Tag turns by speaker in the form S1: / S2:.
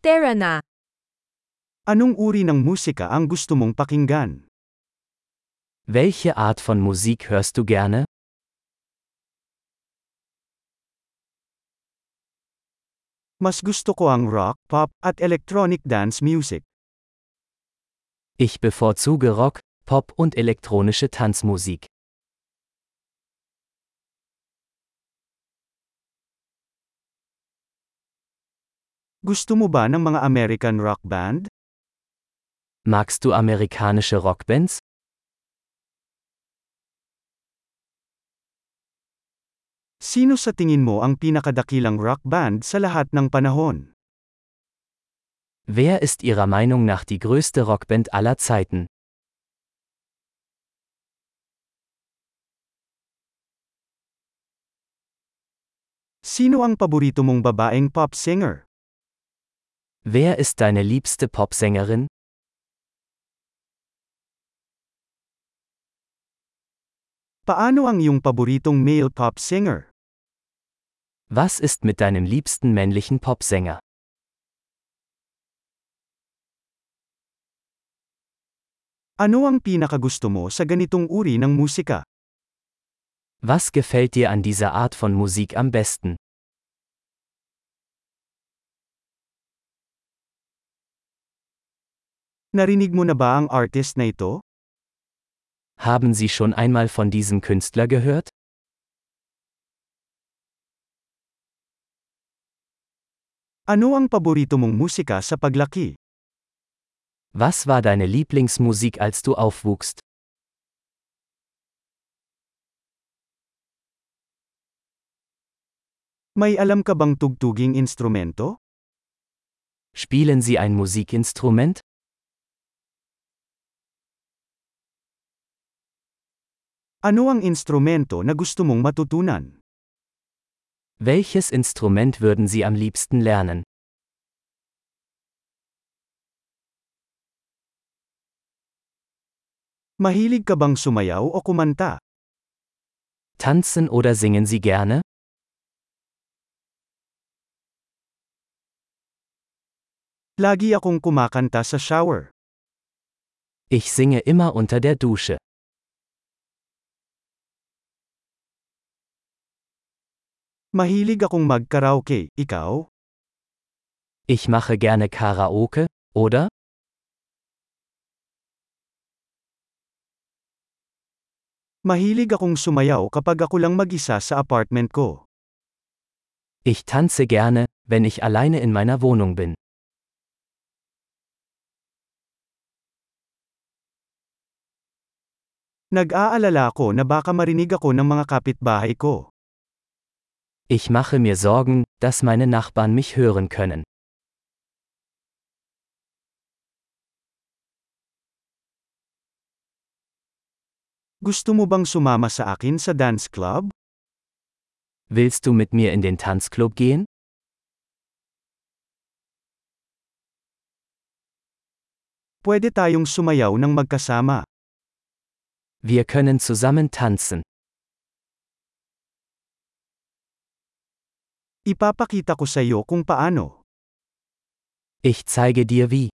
S1: Tara na.
S2: Anong uri ng musika ang gusto mong pakinggan?
S3: Welche Art von Musik hörst du gerne?
S2: Mas gusto ko ang rock, pop, at electronic dance music.
S3: Ich bevorzuge Rock, Pop und elektronische Tanzmusik.
S2: Gusto mo ba ng mga American rock band?
S3: Magst du amerikanische Rockbands?
S2: Sino sa tingin mo ang pinakadakilang rock band sa lahat ng panahon?
S3: Wer ist Ihrer Meinung nach die größte Rockband aller Zeiten?
S2: Sino ang paborito mong babaeng pop singer?
S3: Wer ist deine liebste Popsängerin?
S2: Paano ang iyong paboritong male pop singer?
S3: Was ist mit deinem liebsten männlichen Popsänger?
S2: Ano ang pinakagusto mo sa ganitong uri ng musika?
S3: Was gefällt dir an dieser Art von Musik am besten?
S2: Narinig mo na ba ang artist na ito?
S3: Haben Sie schon einmal von diesem Künstler gehört?
S2: Ano ang paborito mong musika sa paglaki?
S3: Was war deine Lieblingsmusik, als du aufwuchst?
S2: May alam ka bang tugtuging instrumento?
S3: Spielen Sie ein Musikinstrument?
S2: Ano ang instrumento na gusto mong matutunan?
S3: Welches Instrument würden Sie am liebsten lernen?
S2: Mahilig ka bang sumayaw o kumanta?
S3: Tanzen oder singen Sie gerne?
S2: Lagi akong kumakanta sa shower.
S3: Ich singe immer unter der Dusche.
S2: Mahilig akong mag-karaoke, ikaw?
S3: Ich mache gerne Karaoke, oder?
S2: Mahilig akong sumayaw kapag ako lang mag-isa sa apartment ko.
S3: Ich tanze gerne, wenn ich alleine in meiner Wohnung bin.
S2: Nag-aalala ako na baka marinig ako ng mga kapitbahay ko.
S3: Ich mache mir Sorgen, dass meine Nachbarn mich hören können.
S2: Gusto mo bang sumama sa akin sa dance club?
S3: Willst du mit mir in den Tanzclub gehen?
S2: Pwede tayong sumayaw ng magkasama.
S3: Wir können zusammen tanzen.
S2: Ipapakita ko sa iyo kung paano.
S3: Ich zeige dir wie.